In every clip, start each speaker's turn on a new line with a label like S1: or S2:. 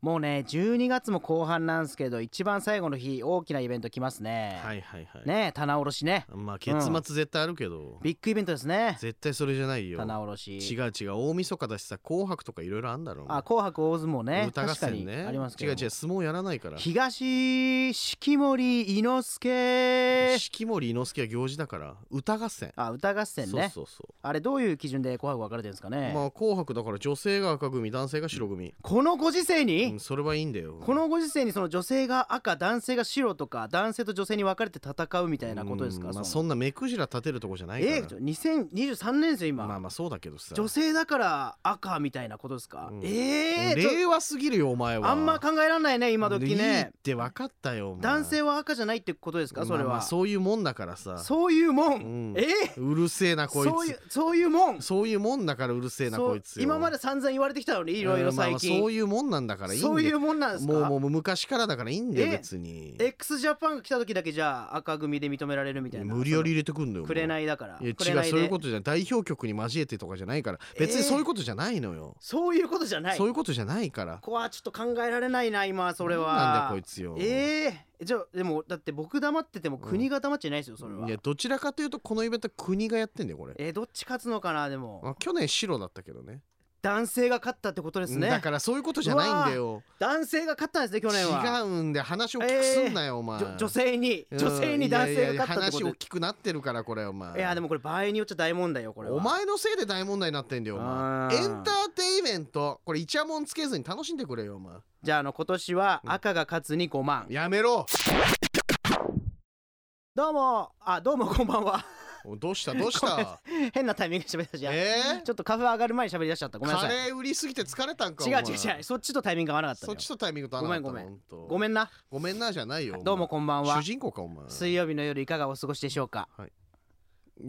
S1: もうね12月も後半なんですけど一番最後の日大きなイベント来ますね、
S2: はいはいはい。
S1: ねえ棚卸しね
S2: まあ結末絶対あるけど、
S1: ビッグイベントですね
S2: 絶対それじゃないよ。
S1: 棚卸
S2: 違
S1: し
S2: う違う、大晦日だしさ、紅白とかいろいろあんだろ。
S1: あ紅白大相撲ね
S2: 歌合
S1: 確か
S2: 戦
S1: に
S2: ね。
S1: ありますけ
S2: 違
S1: ど
S2: う違う、相撲やらないから。
S1: 東式守伊之助
S2: 式守伊之助は行事だから、歌合戦。
S1: あ歌合戦ね
S2: そうそうそ
S1: あれどういう基準で紅白分かれてるんですか
S2: う。
S1: ね、
S2: まあ紅白だから女性が赤組、男性が白組。
S1: このご時世
S2: う
S1: に
S2: ん、それはいいんだよ。
S1: このご時世にその女性が赤男性が白とか男性と女性に分かれて戦うみたいなことです
S2: う
S1: か
S2: んまあ、
S1: その
S2: そんな目くじら立てるとこじゃないから。
S1: えちょ2023年ですよ今、
S2: まあまあそうだけどさ。
S1: 女性だから赤みたいなことですか、
S2: うん
S1: ええちょ
S2: 令和すぎるよお前は。
S1: あんま考えられないね今時
S2: いいっ
S1: ね
S2: て分かったよお前
S1: 男性は赤じゃないってことですかそれは、
S2: まあまあ
S1: そ
S2: そういうもんだからさ
S1: ういうもん、
S2: うん
S1: え
S2: うるせえなこいつ
S1: そういうそういうもん
S2: そういうもんだからうるせえな
S1: そう
S2: こいつよ
S1: 今まで散々言われてきたのにいろいろ最近、
S2: うんまあまあそういうもんなんだからいいんだよ
S1: そういうもんなんですか
S2: もうもう昔からだからいいんだよ
S1: え
S2: 別に
S1: x ジャパンが来た時だけじゃあ赤組で認められるみたいな
S2: 無理やり入れてくんのよ
S1: そ
S2: も
S1: の
S2: う
S1: 紅だから
S2: いや違う
S1: 紅で
S2: そういうことじゃない代表曲に交えてとかじゃないから別にそういうことじゃないのよ、
S1: そういうことじゃない
S2: そう
S1: こ
S2: いうことじゃないから
S1: こはちょっと考えられないな今それは
S2: なんだよこいつよ
S1: ええじゃあでもだって僕黙ってても国が黙っちゃいないですよそれはい
S2: やどちらかというとこのイベントは国がやってんだよこれ
S1: えーどっち勝つのかなでも
S2: あ去年白だったけどね
S1: 男性が勝ったってことです
S2: だ
S1: ね
S2: からそういうことじゃないんだよ
S1: 男性が勝ったんですね去年は
S2: 違うんで話を聞くすんなよ、お前
S1: じょ女性に
S2: うん
S1: 女性に男
S2: いやい
S1: 性
S2: やい
S1: が
S2: や
S1: 勝ったって
S2: 話
S1: こ
S2: 大
S1: と
S2: きくなってるからこれお前
S1: いやでもこれ場合によっちゃ大問題よこれは
S2: お前のせいで大問題になってんだよお前エ
S1: うん
S2: ンターテイメントこれイチャモンつけずに楽しんでくれよお前
S1: じゃああの今年は赤が勝つに5万
S2: やめろ
S1: どうもあどうもこんばんは
S2: おどうしたどうした
S1: 変なタイミングで喋り出しちゃった
S2: え
S1: ちょっとカフェ上がる前に喋り出しちゃったごめんな
S2: カ
S1: さい
S2: レー売りすぎて疲れたんか
S1: 違う
S2: お前
S1: 違う違うそっちとタイミングが合わなかったの
S2: そっ
S1: よ
S2: ちとタイミングと合わなかった
S1: ごめん
S2: ほんと
S1: ごめんな
S2: ごめんなじゃないよお前
S1: どうもこんばんは
S2: 主人公かお前
S1: 水曜日の夜いかがお過ごしでしょうか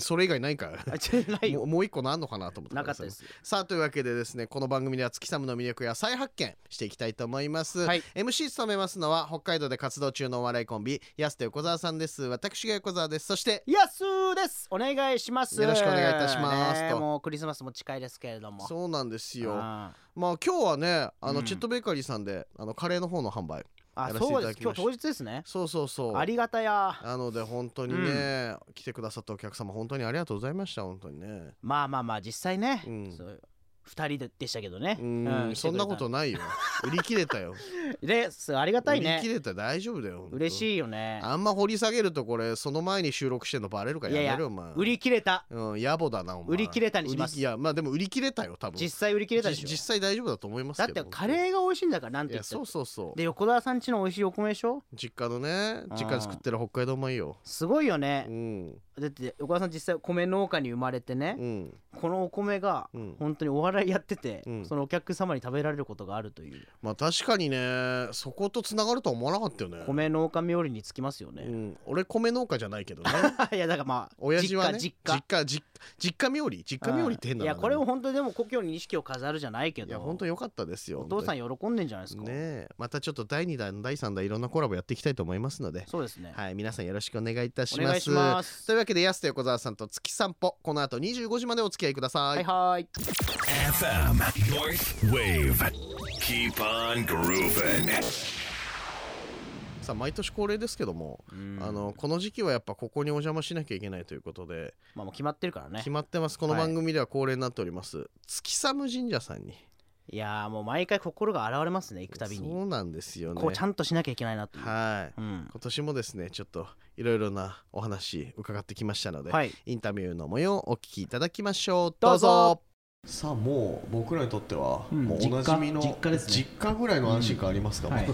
S2: それ以外ないか
S1: あ違うない
S2: も
S1: よ
S2: うもう一個なんのかなと思った
S1: な
S2: ら
S1: かっ
S2: さ
S1: たです
S2: さあというわけでですねこの番組では月寒の魅力や再発見していきたいと思います、
S1: はい
S2: MC 務めますのは北海道で活動中のお笑いコンビ安田横澤さんです私が横澤ですそして
S1: やすーですお願いします
S2: よろしくお願いいたします
S1: ねえ
S2: と
S1: もうクリスマスも近いですけれども
S2: そうなんですよ
S1: あ
S2: まあ今日はねあの、
S1: うん
S2: チットベーカリーさんであのカレーの方の販売
S1: ーあ
S2: やらせてい
S1: そ
S2: た
S1: うで
S2: だ
S1: す
S2: き
S1: 今
S2: ました
S1: 日当日ですね
S2: そうそうそう
S1: ありがたや
S2: なので本当にね、来てくださったお客様本当にありがとうございました本当にね
S1: まあまあまあ実際ね
S2: うん
S1: そう2人ででしたけどね
S2: うーんそんなことないよ売り切 れたよ
S1: ですありがたい
S2: 売り切
S1: ね
S2: れた大丈夫だよ本当
S1: 嬉しいよね
S2: あんま掘り下げるとこれその前に収録してんのバレるから
S1: いやいや
S2: やめろお前
S1: 売り切れた
S2: うん、野暮だなお前
S1: 売り切れたにします
S2: 売りいやまあでも売り切れたよ多分
S1: 実際売り切れたでし
S2: じ実
S1: ょ
S2: 際大丈夫だと思います
S1: だっ
S2: けど
S1: てカレーが美味しいんだからなん
S2: い
S1: て言
S2: や
S1: ったっ
S2: そうそうそう
S1: で横澤さん家の美味しいお米でしょ
S2: 実家のね
S1: うん
S2: 実家で作ってる北海道米よ
S1: すごいよ
S2: う
S1: ね
S2: ん
S1: だって横澤さん実際米農家に生まれてね
S2: うん
S1: このお米が
S2: うん
S1: 本当にお笑いやってて
S2: うん
S1: そのお客様に食べられることがあるという
S2: まあ確かにねそことつながるとは思わなかったよね
S1: 米農家冥利につきますよ
S2: う
S1: ね
S2: ん、俺米農家じゃないけ どね
S1: いやだからまあ
S2: 親父はね
S1: 実家実家
S2: 実家実実家冥利実家冥利って変
S1: うん
S2: ないの
S1: やこれを本当にでも故郷に意識を飾るじゃないけ
S2: い
S1: ど
S2: や本当良かったですよ
S1: お父さ
S2: 本
S1: ん喜んでんじゃないで
S2: 当
S1: すか
S2: にねえまたちょっと第2弾第3弾いろんなコラボやっていきたいと思いますので
S1: そうですね
S2: はい、皆さんよろしくお願いいたし
S1: お
S2: ま
S1: 願
S2: す。
S1: いします
S2: というわけで、安田横澤さんと月散歩、この後25時までお付き合いくださ
S1: は
S2: い。
S1: いはい。
S3: FM North Wave. Keep on grooving.
S2: さあ、毎年恒例ですけども、あの、この時期はやっぱここにお邪魔しなきゃいけないということで、
S1: まあもう決まってるからね
S2: 決まってます。この番組では恒例になっております。月寒神社さんに。
S1: いやーもう毎回心が洗われますね行くたびに
S2: そうなんですよね。
S1: こうちゃんとしなきゃいけないなという
S2: はい。
S1: うん
S2: 今年もですね、ちょっといろいろなお話伺ってきましたので、
S1: はい
S2: インタビューの模様をお聞きいただきましょう。
S1: ど
S2: ど
S1: う
S2: う
S1: ぞ
S2: ぞ。さあもう僕らにとっては、
S1: うん
S2: もうおなじみの
S1: 実家実家ですね
S2: 実家ぐらいの安心感ありますか、
S1: うんはい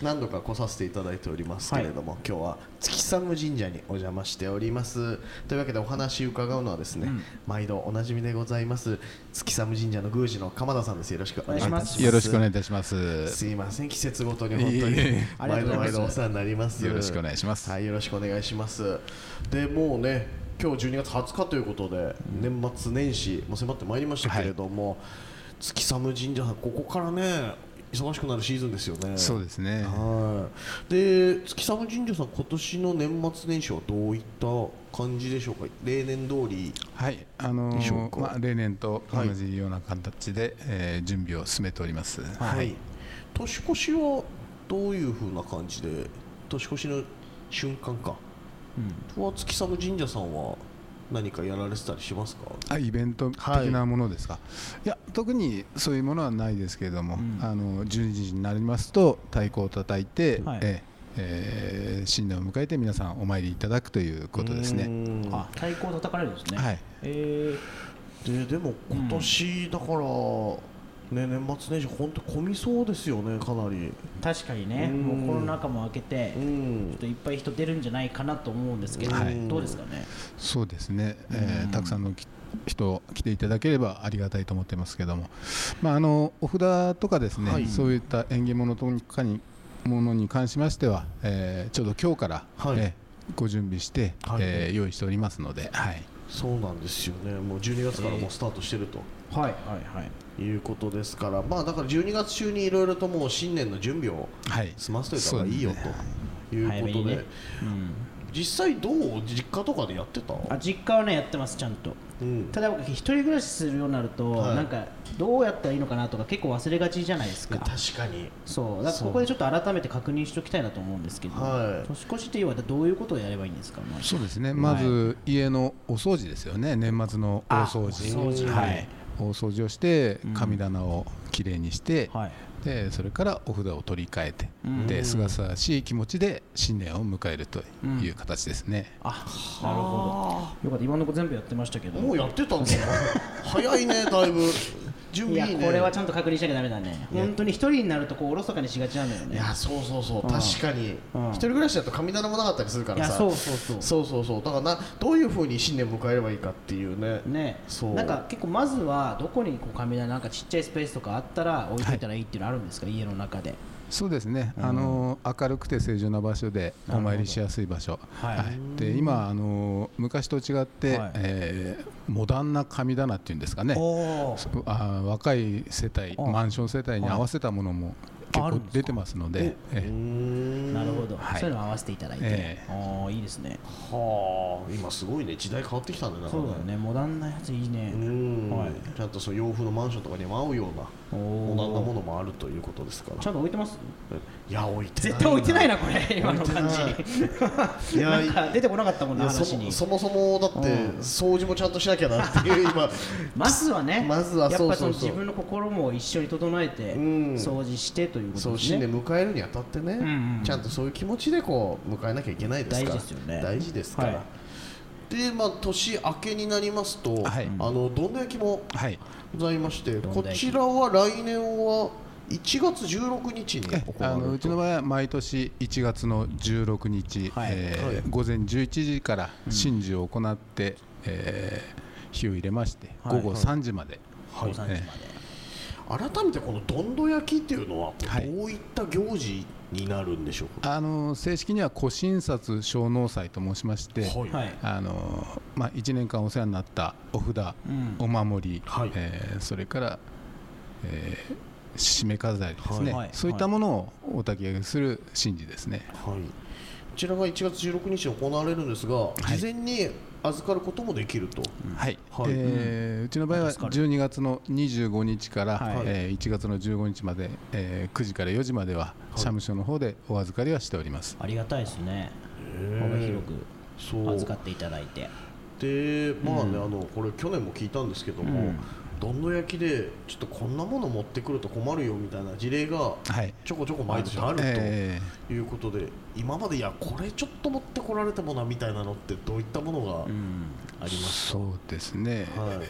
S2: 何度か来させていただいておりますけれども、今日は月寒神社にお邪魔しておりますというわけでお話伺うのはですね、毎度おなじみでございます月寒神社の宮司の鎌田さんですよろしくお願いいたします
S4: よろしくお願いいたします。
S2: すいません季節ごとに本当
S4: いえい
S2: に
S4: え
S1: あり
S2: 毎
S1: がとう
S2: 度
S1: ございます
S2: 毎度お世話になります
S4: よろしくお願いします。
S2: はいよろしくお願いしますでもうね今日12月20日ということで年末年始も迫ってまいりましたけれども、月寒神社さんここからね忙しくなるシーズンですよね
S4: そうですね。
S2: はいで月寒神社さん今年の年末年始はどういった感じでしょうか例年通り
S4: はい、あの
S2: でしょう
S4: ー
S2: か
S4: まあ例年と
S2: はい
S4: 同じような形で、えー準備を進めております。
S2: はい、年越しはどういう風な感じで年越しの瞬間か、は月寒神社さんは何かやられてたりしますか
S4: あイベント的なものですか、い、や特にそういうものはないですけれども、
S1: うん
S4: あの12時になりますと太鼓を叩いて、
S1: はい
S4: ええー新年を迎えて皆さんお参りいただくということです
S2: う
S4: ね。
S2: ん
S1: あ太鼓を叩かれるんですね、
S4: はい
S1: え
S2: ででも今年だから、ね、年末年始本当混みそうですよねかなり
S1: ー確かにね
S2: うん
S1: もうコロナ禍も明けて
S2: う
S1: ち
S2: ん
S1: ょっといっぱい人出るんじゃないかなと思うんですけど、
S4: はい
S1: どうですかね
S4: そうですね、えー
S1: うん
S4: たくさんのき人来ていただければありがたいと思ってますけども、まあ、あのお札とかですね、
S2: はい
S4: そういった縁起物とかにものに関しましては、えーちょうど今日から、
S2: はい
S4: えーご準備して、
S2: はい
S4: えー用意しておりますので、はい、
S2: そうなんですよねもう12月からもうスタートしてると。
S1: はいはいはい
S2: いうことですから、まあ、だから12月中にいろいろともう新年の準備を
S4: はい
S2: 済ませておいた方がいいよ
S4: そうですね
S2: という
S1: 早め
S2: こと
S1: に
S2: で、
S1: ね、うん、
S2: 実際どう実家とかでやってた
S1: あ実家はねやってますちゃんと
S2: うん
S1: ただ僕一人暮らしするようになると、
S2: はい
S1: なんかどうやったらいいのかなとか結構忘れがちじゃないですか
S2: 確かに
S1: そうだからここでちょっと改めて確認しておきたいなと思うんですけど、
S2: はい
S1: 年越しって要はどういうことをやればいいんですかまず
S4: そうですね、まず家のお掃除ですよね、年末の大掃除、
S1: あお掃除はい
S4: 大掃除をして
S1: うん、
S4: 神棚をきれいにして、
S1: はい
S4: で、それからお札を取り替えて、
S1: うん
S4: で、すがすがしい気持ちで新年を迎えるという形ですね。
S1: あなるほどよかった今の子全部やってましたけど
S2: もうやってたんだ早いねだいぶ準
S1: いや
S2: 備いいね
S1: これはちゃんと確認しなきゃダメだね本当に一人になるとこうおろそかにしがちなのよ
S2: い
S1: ね
S2: やそうそうそう確かに
S1: うん
S2: 一人暮らしだと神棚もなかったりするか
S1: い
S2: ら
S1: や
S2: さ
S1: そうそうそう
S2: そうそうそうだからなどういうふうに新年迎えればいいかっていうね
S1: ね
S2: そう
S1: なんか結構まずはどこにこう神棚なんかちっちゃいスペースとかあったら置いといたらいいっていうのあるんですか、家の中で
S4: そうですね、あの明るくて正常な場所でお参りしやすい場所、
S1: はい
S4: で今あの、昔と違って、
S1: はい
S4: えーモダンな神棚っていうんですかね、
S1: おー
S4: そうあー若い世帯
S1: あ
S4: マンション世帯に合わせたものも結
S1: あある
S4: 構
S1: んですか
S4: 出てますのでええ
S1: なるほど、
S4: はい
S1: そういうのを合わせていただいて、
S4: ええ
S1: ああいいですね
S2: はあ今すごいね時代変わってきたんだよな
S1: そうだよねモダンなやついいね、
S2: うん、
S1: はい
S2: ちゃんとその洋風のマンションとかにも合うような
S1: お
S2: モ
S1: ー
S2: ダンなものもあるということですか
S1: ちゃ
S2: ら
S1: んと置いてます
S2: いや置いてない
S1: 絶対置いてないなこれ 今の感じ
S2: 置いや
S1: なんか出てこなかったもん
S2: い
S1: ね
S2: やそ
S1: 話に
S2: そもそもだって
S1: うん
S2: 掃除もちゃんとしなきゃなっていう今
S1: まずはね
S2: まず
S1: や
S2: は
S1: っぱ
S2: そ
S1: そうの
S2: そうそう
S1: 自分の心も一緒に整えて
S2: うん
S1: 掃除してというこ
S2: そ
S1: と
S2: う
S1: です
S2: 新
S1: ね
S2: 年迎えるにあたってね、
S1: んうん
S2: ちゃんとそういう気持ちでこう迎えなきゃいけないですから
S1: 大事ですよね
S2: 大事ですから、
S1: は
S2: でまあ年明けになりますと、
S4: はい
S2: あのどんど焼きも
S4: はい
S2: ございまして
S1: どん
S2: こ
S1: ど焼
S2: ち
S1: き
S2: らは来年は1月16日に
S4: え
S2: 行
S4: あ
S2: われ
S4: の
S2: る
S4: うち
S2: と
S4: の場合は毎年1月の16日、
S1: はい
S4: えー
S2: はい
S4: 午前11時から神事を行って、えー火を入れまして、
S1: はい
S4: 午後3時まで、
S1: 午後3時まで、
S2: 改めてこのどんど焼きっていうのは
S4: はい
S2: どういった行事になるんでしょうか、
S4: あの正式には古神札小納祭と申しまして、
S2: はい
S1: はい
S4: あのまあ、1年間お世話になったお札、
S1: うん
S4: お守り、
S2: はい
S4: えーそれから、えー締め飾りですね、
S1: はいはい
S4: そういったものをお焚き上げする神事ですね、
S2: はい、こちらが1月16日に行われるんですが、
S4: い
S2: 事前に預かることもできると、
S4: はい
S2: はい
S4: えーうちの場合は
S1: 助かる
S4: 12月の25日から、
S1: はい
S4: えー1月の15日まで、えー9時から4時までは、社務所の方でお預かりはしております。
S1: ありがたいですね幅広く
S2: そう
S1: 預かっていただいて
S2: でまあね、あのこれ去年も聞いたんですけども、
S1: うん
S2: どんど焼きでちょっとこんなもの持ってくると困るよみたいな事例が
S4: はい
S2: ちょこちょこ毎年あると。
S4: え
S2: いうことで今までいやこれちょっと持ってこられたもなみたいなのってどういったものが
S1: うん
S2: あり
S4: ー
S2: ます
S4: そうですね、
S2: か、はい
S4: い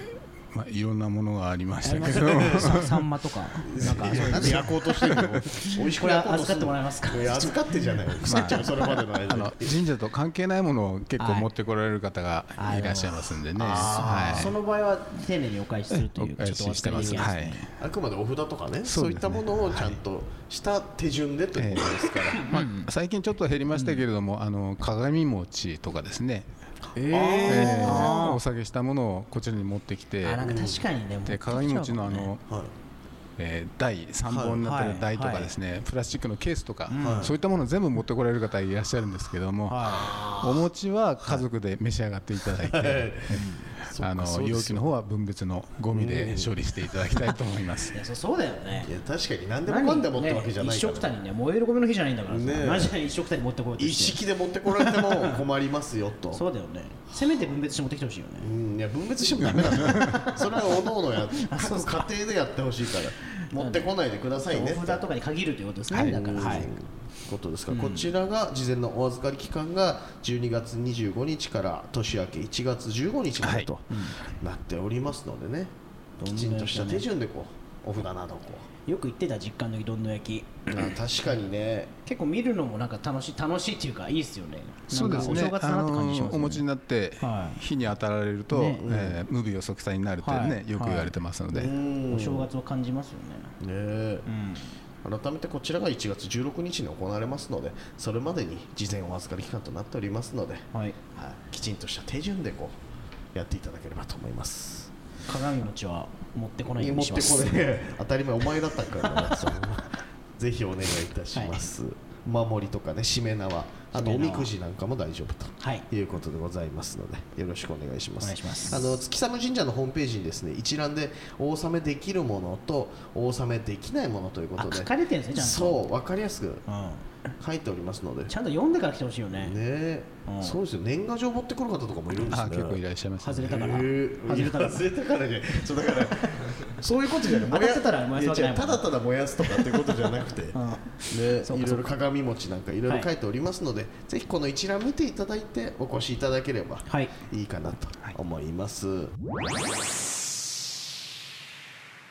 S4: まあ、いろんなものがありまし
S1: ありま
S4: たけ
S1: す
S4: ど、
S1: ねさサンマとかなんか
S2: いやなんで焼こうとしてるの 美味しく焼こうとす
S1: これ預か
S2: んの
S1: ってもらえますか
S2: いや預かってじゃない腐っちゃうそれまでの間
S4: あ
S2: に
S4: の神社と関係ないものを結構
S1: はい
S4: 持ってこられる方がいらっしゃいますんでね、
S2: あ
S4: はい
S1: その場合は丁寧にお返しするという
S4: お返ししてます
S1: ちょっとお預かりできないですね
S4: はい
S2: あくまでお札とかねそ
S4: そうう
S2: いっ
S4: ですね
S2: たものをちゃんとした手順でということですから、
S4: まあ、最近ちょっと減りましたけれども、あの鏡餅とかですね、えーお下げしたものをこちらに持ってきて
S1: あなんか確かにね、持って
S4: で
S1: きちゃう
S4: 鏡餅の
S1: か
S4: あ
S1: もね
S4: の、
S2: はい
S4: えー台3本になって
S1: はい
S4: る台とかですね、プラスチックのケースとか、
S2: はい
S4: そういったものを全部持ってこられる方いらっ しゃるんですけども、お餅は家族で召し上がっていただいて、
S2: はいそっか
S4: あの
S2: そうですよ
S4: 容器の方は分別のゴミで処理していただきたいと思います
S1: い。やそそうだよね
S2: いや確かに何でもかんでもってわけじゃない
S1: ね、一緒
S2: から、
S1: くたにね燃えるゴミの日じゃないんだからさ、
S2: ねえ
S1: マジで一緒くたに持ってこようと
S2: 一
S1: して
S2: 式で持ってこられても困りますよと
S1: そうだよねせめて分別して持ってきてほしいよね
S2: うん、いや分別してもダメなんだよそれはおのおの や各家庭でやってほしいから持ってこないでくださいね
S1: お
S2: って
S1: 札とかに限るということですね、だから、はい、
S2: ことですから、こちらが事前のお預かり期間が12月25日から年明け1月15日までとなっておりますのでね、きちんとした手順でこうお札などこ
S1: よく言ってた実家の時どんどん焼き
S2: う、あ確かにね
S1: 結構見るのもなんか楽しい楽しいっていうかいいですよね
S4: そうですね。
S1: なんかお正月だなって感じします、ね
S4: あのお持ちになって
S1: はい
S4: 火に当たられると、
S1: ね
S4: えー無病息災になるって
S1: は
S4: ね
S1: い
S4: よく言われてますので、
S2: うん
S1: お正月を感じますよね、
S2: ねえ改めてこちらが1月16日に行われますのでそれまでに事前お預かり期間となっておりますので、
S1: はい、
S2: はい、きちんとした手順でこうやっていただければと思います。
S1: 鏡の血は持ってこないよう
S2: 持
S1: に
S2: っ
S1: してま
S2: こ
S1: す
S2: れ当たり前お前だったからねそれは ぜひお願いいたします、守りとかねしめ縄あとお
S1: しめ
S2: み
S1: 縄
S2: くじなんかも大丈夫と、
S1: はい
S2: い、うことでございますのでよろしくお願いします
S1: お願いします
S2: あの月寒神社のホームページにですね一覧でお納めできるものとお納めできないものということ
S1: あ
S2: で
S1: 書かれてるんですねちゃんと
S2: そう分かりやすく
S1: うん
S2: 書いておりますので
S1: ちゃんと読んでから来てほしいよね
S2: ねえ、
S1: うん
S2: そうですよ年賀状持ってくる方とかもいるんです
S4: あ
S2: ね
S4: 結構いらっしゃいます、ね。
S1: 外れたから、
S2: へー
S1: 外れたから
S2: いやれたからねそうだからそういうことじゃな い
S1: 当たってたら燃やすわけない
S2: や
S1: もん
S2: 違うただただ燃やすとかってことじゃ なくて、ねいろいろ鏡餅なんかいろいろ書いておりますので、ぜひこの一覧見ていただいてお越しいただければ
S1: はい
S2: いいかなと思います、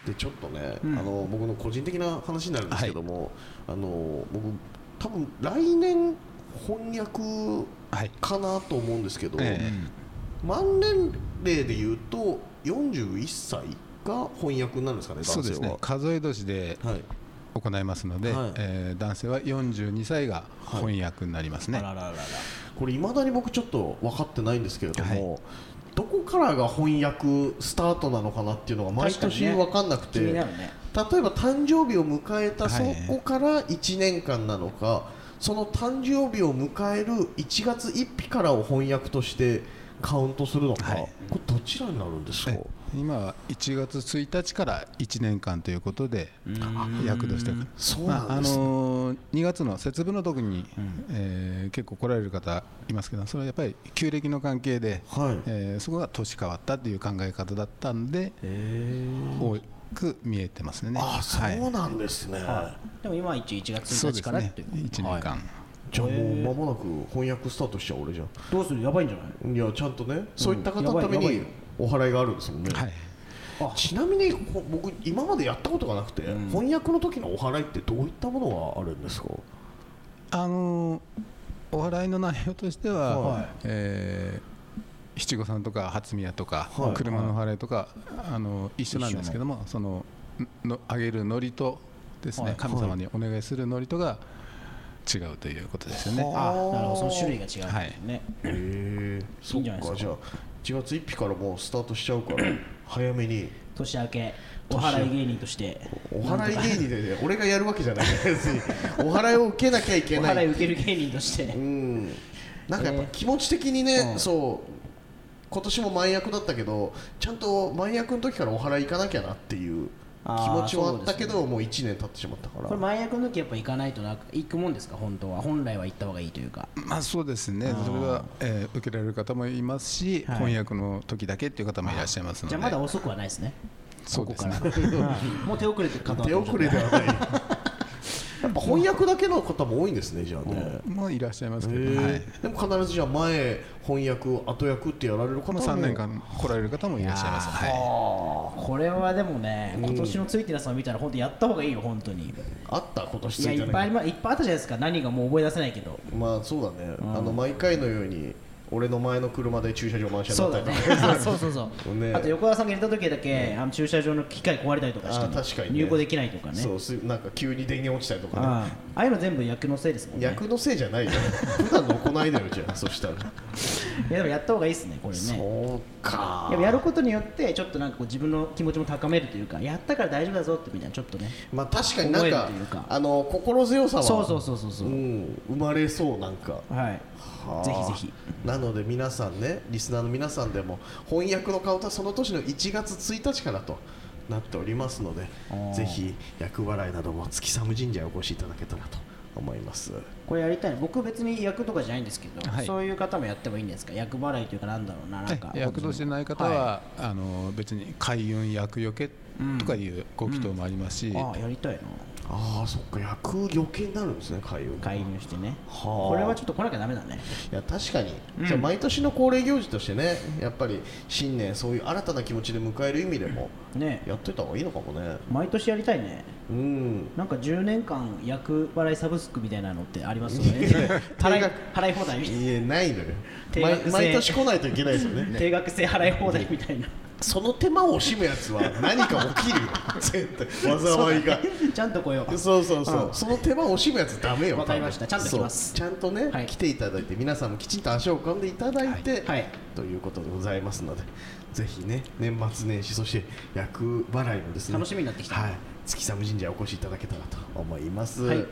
S2: でちょっとね、あの僕の個人的な話になるんですけども、あの僕多分来年翻訳
S4: はい
S2: かなと思うんですけど、
S4: ええ
S2: 満年齢で言うと41歳が翻訳になるんですかね男
S4: そう
S2: 性
S4: です
S2: は
S4: ね。数え年で
S2: はい
S4: 行いますので、
S2: はい
S4: えー男性は42歳が翻訳になりますね。
S1: あらららら
S2: これいまだに僕ちょっと分かってないんですけれども、どこからが翻訳スタートなのかなっていうのが毎
S1: 確か
S2: 年
S1: にね
S2: 分かんなくて、
S1: 気になるね
S2: 例えば誕生日を迎えたそ
S4: はい
S2: こから1年間なのか、その誕生日を迎える1月1日からを翻訳としてカウントするのか、
S4: はい
S2: これどちらになるんですか、
S4: え今は1月1日から1年間ということで役として
S2: そう
S4: まあ
S2: な
S4: あ
S2: んですね
S4: のー2月の節分の時に、えー結構来られる方いますけどそれはやっぱり旧暦の関係で、
S2: はい
S4: えーそこが年変わったっていう考え方だったんで多く見えてますね。
S2: あそう
S4: はい
S2: なんですね、
S1: でも今は一応1月
S4: そう
S1: 1
S4: で
S1: 日
S4: す
S1: からっ
S4: ね
S1: ていう
S4: 1年間、
S2: じゃあもう間もなく翻訳スタートしちゃう俺じゃ
S1: どうするやばいんじゃない
S2: んいやちゃんとね、そういった方
S1: やば
S2: の
S1: い
S2: ため
S1: やばい
S2: に
S1: よ
S2: お払いがあるんですもんね、
S4: はい
S2: あちなみにこ僕今までやったことがなくて、翻訳の時のお払いってどういったものがあるんですか
S4: あのーお祓いの内容としては、
S2: はい
S4: えー七五三とか初宮とか、
S2: はい
S4: 車のお祓いとか、あのー一緒なんですけどもそののあげる祝詞とですね、
S1: はい
S4: 神様にお願いする祝詞とが違うということですよね。
S1: あなるほどその種類が違うんだよね、
S2: へえ
S1: いい
S2: そっ
S1: んじゃないです
S2: か
S1: か
S2: じゃあ1月1日からもうスタートしちゃう から早めに
S1: 年明けお祓い芸人として
S2: お払い芸人で、ね、俺がやるわけじゃない別にお払いを受けなきゃいけ
S1: お
S2: ない
S1: 祓い受ける芸人として
S2: うん、なんかやっぱ
S1: えー
S2: 気持ち的にね、そう今年も前役だったけどちゃんと前役の時からお払い行かなきゃなっていう
S1: あー
S2: 気持ちはあったけど、
S1: そう
S2: もう1年経ってしまったから
S1: これ前役の時やっぱ行かないとな行くもんですか本当は本来は行った方がいいというか
S4: まあそうですね、それは、えー受けられる方もいますし、
S1: はい
S4: 翻訳の時だけっていう方もいらっしゃいますの
S1: じゃあ
S4: で、
S1: まだ遅くはないですね
S4: そうですね
S1: こ こから もう手遅れてる方は
S2: 手遅れではな いやっぱ翻訳だけの方も多いんですねじゃあね、
S4: まあいらっしゃいますけ
S2: へ
S4: ど、
S2: ー
S4: はい、
S2: でも必ずじゃあ前翻訳後役ってやられる方
S4: この
S2: も
S4: 3年間来られる方もいらっしゃいます。はい
S1: これはでもね今年のついてなさを見たら本当やった方がいいよ本当に
S2: あった今年
S1: い
S2: つ
S1: やい
S2: いて
S1: っぱいあ
S2: ない
S1: りまいっぱいあったじゃないですか何がもう覚え出せないけど
S2: まあそうだね、あの毎回のように俺の前の車で駐車場満車
S1: そ
S2: に
S1: う
S2: な
S1: だ
S2: った
S1: ね
S2: りとか
S1: あそうそうそう、
S2: ね
S1: あと横田さんが入れた時だけ、あの駐車場の機械壊れたりとかして
S2: あ 確かにね
S1: 入庫できないとかね
S2: そうすなんか急に電源落ちたりとかね
S1: あああいうの全部役のせいですもんね
S2: 役のせいじゃないよ 普段の行いだよじゃあそしたら、
S1: いやでもやった方がいいですねこれね
S2: そうか
S1: やっぱやることによってちょっとなんかこう自分の気持ちも高めるというかやったから大丈夫だぞってみたいなちょっとね
S2: まあ確かになん
S1: 覚え
S2: か
S1: るというか
S2: あの心強さは
S1: そうそうそうそうそう
S2: うん、生まれそうなんか
S1: はいぜひぜひ
S2: な
S5: なので皆さんねリスナーの皆さんでも翻訳のカウンターその年の1月1日からとなっておりますのでぜひ役払いなども月寒神社へお越しいただけたらと思います
S6: これやりたい僕別に役とかじゃないんですけど、
S4: はい
S6: そういう方もやってもいいんですか役払いというかなんだろうななんか
S4: 役年でない方は、あの別に開運厄除けとかいうご祈祷もありますし、
S6: いああやりたいな
S5: ああそっか役余計になるんですね開運
S6: 介入してね
S5: はあ
S6: これはちょっと来なきゃダメだね
S5: いや確かに、じゃあ毎年の恒例行事としてねやっぱり新年そういう新たな気持ちで迎える意味でも
S6: ね
S5: やっといた方がいいのかもね
S6: 毎年やりたいね
S5: うん
S6: なんか10年間役払いサブスクみたいなのってありますよね払い払い放題みたい
S5: いえないのよ
S6: 定額
S5: 毎
S6: 制
S5: 毎年来ないといけないですよ
S6: な
S5: ね
S6: 定額制払い放題みたいな
S5: その手間を惜しむや つは何か起きるよ絶対災いが
S6: ちゃんと来よう
S5: そうそうそう、
S6: ん
S5: その手間を惜しむやつダメよ
S6: わかりま
S5: 多分
S6: したちゃんと来ます
S5: そうちゃんとね、
S6: はい
S5: 来ていただいて皆さんもきちんと足を運んでいただいて、
S6: はいはい
S5: ということでございますのでぜひね年末年始そして厄払いのですね
S6: 楽しみになってきた
S5: はい、月寒神社へお越しいただけたらと思います、
S6: はい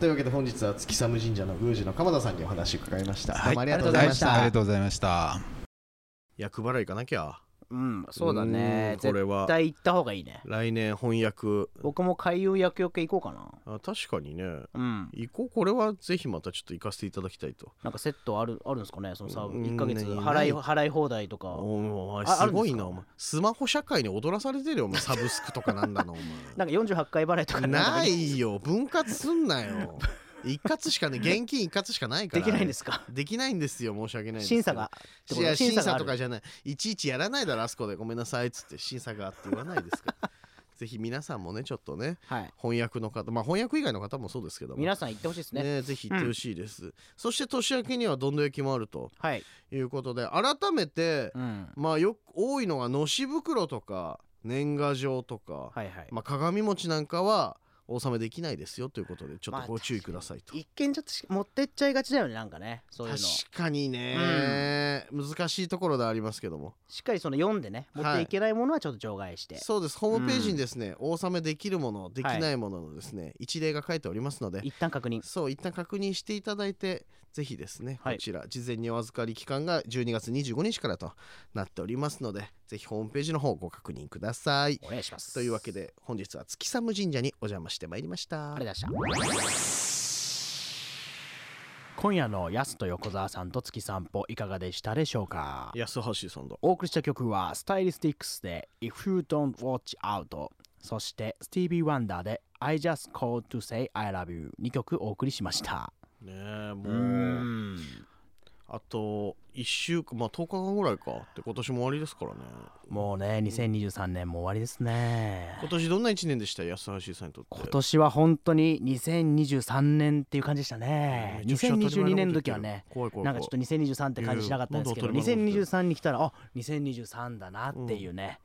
S5: というわけで本日は月寒神社の宮司の鎌田さんにお話を伺いました、どうもありがとうございました、
S4: はありがとうございました。
S2: 役払い行かなきゃ
S1: うんそうだね
S2: うんこれは
S1: 絶対行った方がいいね
S2: 来年翻訳
S1: 僕も開運厄除け行こうか
S2: あ確かにね
S1: なうん
S2: 行こうこれはぜひまたちょっと行かせていただきたいと
S1: なんかセットあるあるんですかねそのさ
S2: うん
S1: 1ヶ月
S2: な
S1: 払
S2: い
S1: い払い放題とか
S2: おお前
S1: ああ
S2: す
S1: るんですか
S2: ごいなお前スマホ社会に踊らされてるよお前サブスクとかなんだのお
S1: なんか48回払いとか
S2: 前
S1: んか
S2: な
S1: でき
S2: いよ分割すんな よ一括しかね現金一括しかないか
S1: で
S2: ら
S1: きないんですか
S2: できないんですよ申し訳ないですけど
S1: 審査がってこと
S2: いや審査
S1: があ
S2: と
S1: る
S2: かじゃないいちいちやらないだろあそこでごめんなさいっつって審査があって言わない ですからぜひ皆さんもねちょっとね
S1: はい
S2: 翻訳の方まあ翻訳以外の方もそうですけども
S1: 皆さん行ってほしいですね
S2: ねぜひ行ってほしいです、そして年明けにはどんどん駅もあると
S1: はい
S2: いうことで改めて、
S1: うん
S2: まあよく多いのがのし袋とか年賀状とか、
S1: はいはい
S2: まあ、鏡餅なんかはお納めできないですよということでちょっ
S1: まあ
S2: とご注意くださいと、
S1: 一見ちょっとし持ってっちゃいがちだよねなんかねそういうの
S2: 確かにね、難しいところではありますけども
S1: しっかりその読んでね持っていけないものはちょっと除外して、
S2: そうですホームページにですね、お納めできるものでき
S1: はい
S2: ないもののですね、一例が書いておりますので
S1: 一旦確認
S2: そう一旦確認していただいてぜひですね、
S1: はい
S2: こちら事前にお預かり期間が12月25日からとなっておりますのでぜひホームページの方ご確認ください
S1: お願いします
S2: というわけで本日は月寒神社にお邪魔してまいりました
S1: ありがとうございました今夜のやすと横澤さんと月散歩いかがでしたでしょうか
S2: 安橋さんだ
S1: お送りした曲はスタイリスティックスで If You Don't Watch Out そしてスティービー・ワンダーで I Just Called to Say I Love You 2曲お送りしました
S2: ねえも
S1: う
S2: う
S1: ーん
S2: あと1週間まあ10日間ぐらいかで今年も終わりですからね
S1: もうね2023年も終わりですね
S2: 今年どんな1年でした安橋さんにとって
S1: 今年は本当に2023年っていう感じでしたね
S2: めちゃくちゃ当たり前
S1: 2022年
S2: なこと言ってる
S1: の時はね
S2: 怖い怖い怖い
S1: なんかちょっと2023って感じしなかったんですけど
S2: いやいやなんで当たり前のこと言
S1: 2023に来たらあ2023だなっていうね、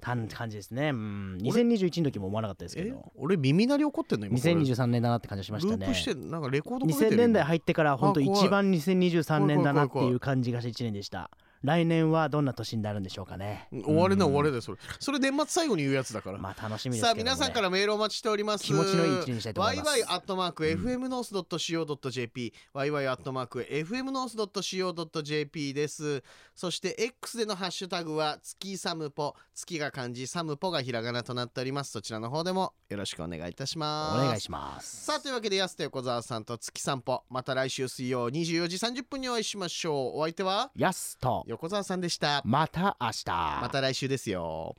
S1: たん感じですねうん2021の時も思わなかったですけ
S2: え
S1: ど
S2: 俺耳鳴り起こってんの今これ
S1: 2023年だなって感じがしました
S2: ル
S1: ね
S2: ープしてんなんかレコードかけて
S1: 2000
S2: る
S1: 年代入ってから本当
S2: あ怖い
S1: 一番2023年だなって
S2: 怖い怖
S1: い
S2: い怖
S1: う
S2: い
S1: 感じがして1年でした来年はどんな年になるんでしょうかね
S2: 今終われない終われないそれそれ年末最後に言うやつだから
S1: まあ楽しみです
S2: さあ
S1: けどもね
S2: 皆さんからメールお待ちしております
S1: 気持ちのいい一年にしたいと思います
S2: yy.fmnorth.co.jp yy.fmnorth.co.jp ですそして X でのハッシュタグは月サムポ月が漢字サムポがひらがなとなっておりますそちらの方でもよろしくお願いいたし
S1: お
S2: ます
S1: 願いします
S2: さあというわけで安田横澤さんと月散歩また来週水曜24時30分にお会いしましょうお相手は
S1: やすと
S2: 横澤さんでした
S1: また明日
S2: また来週ですよ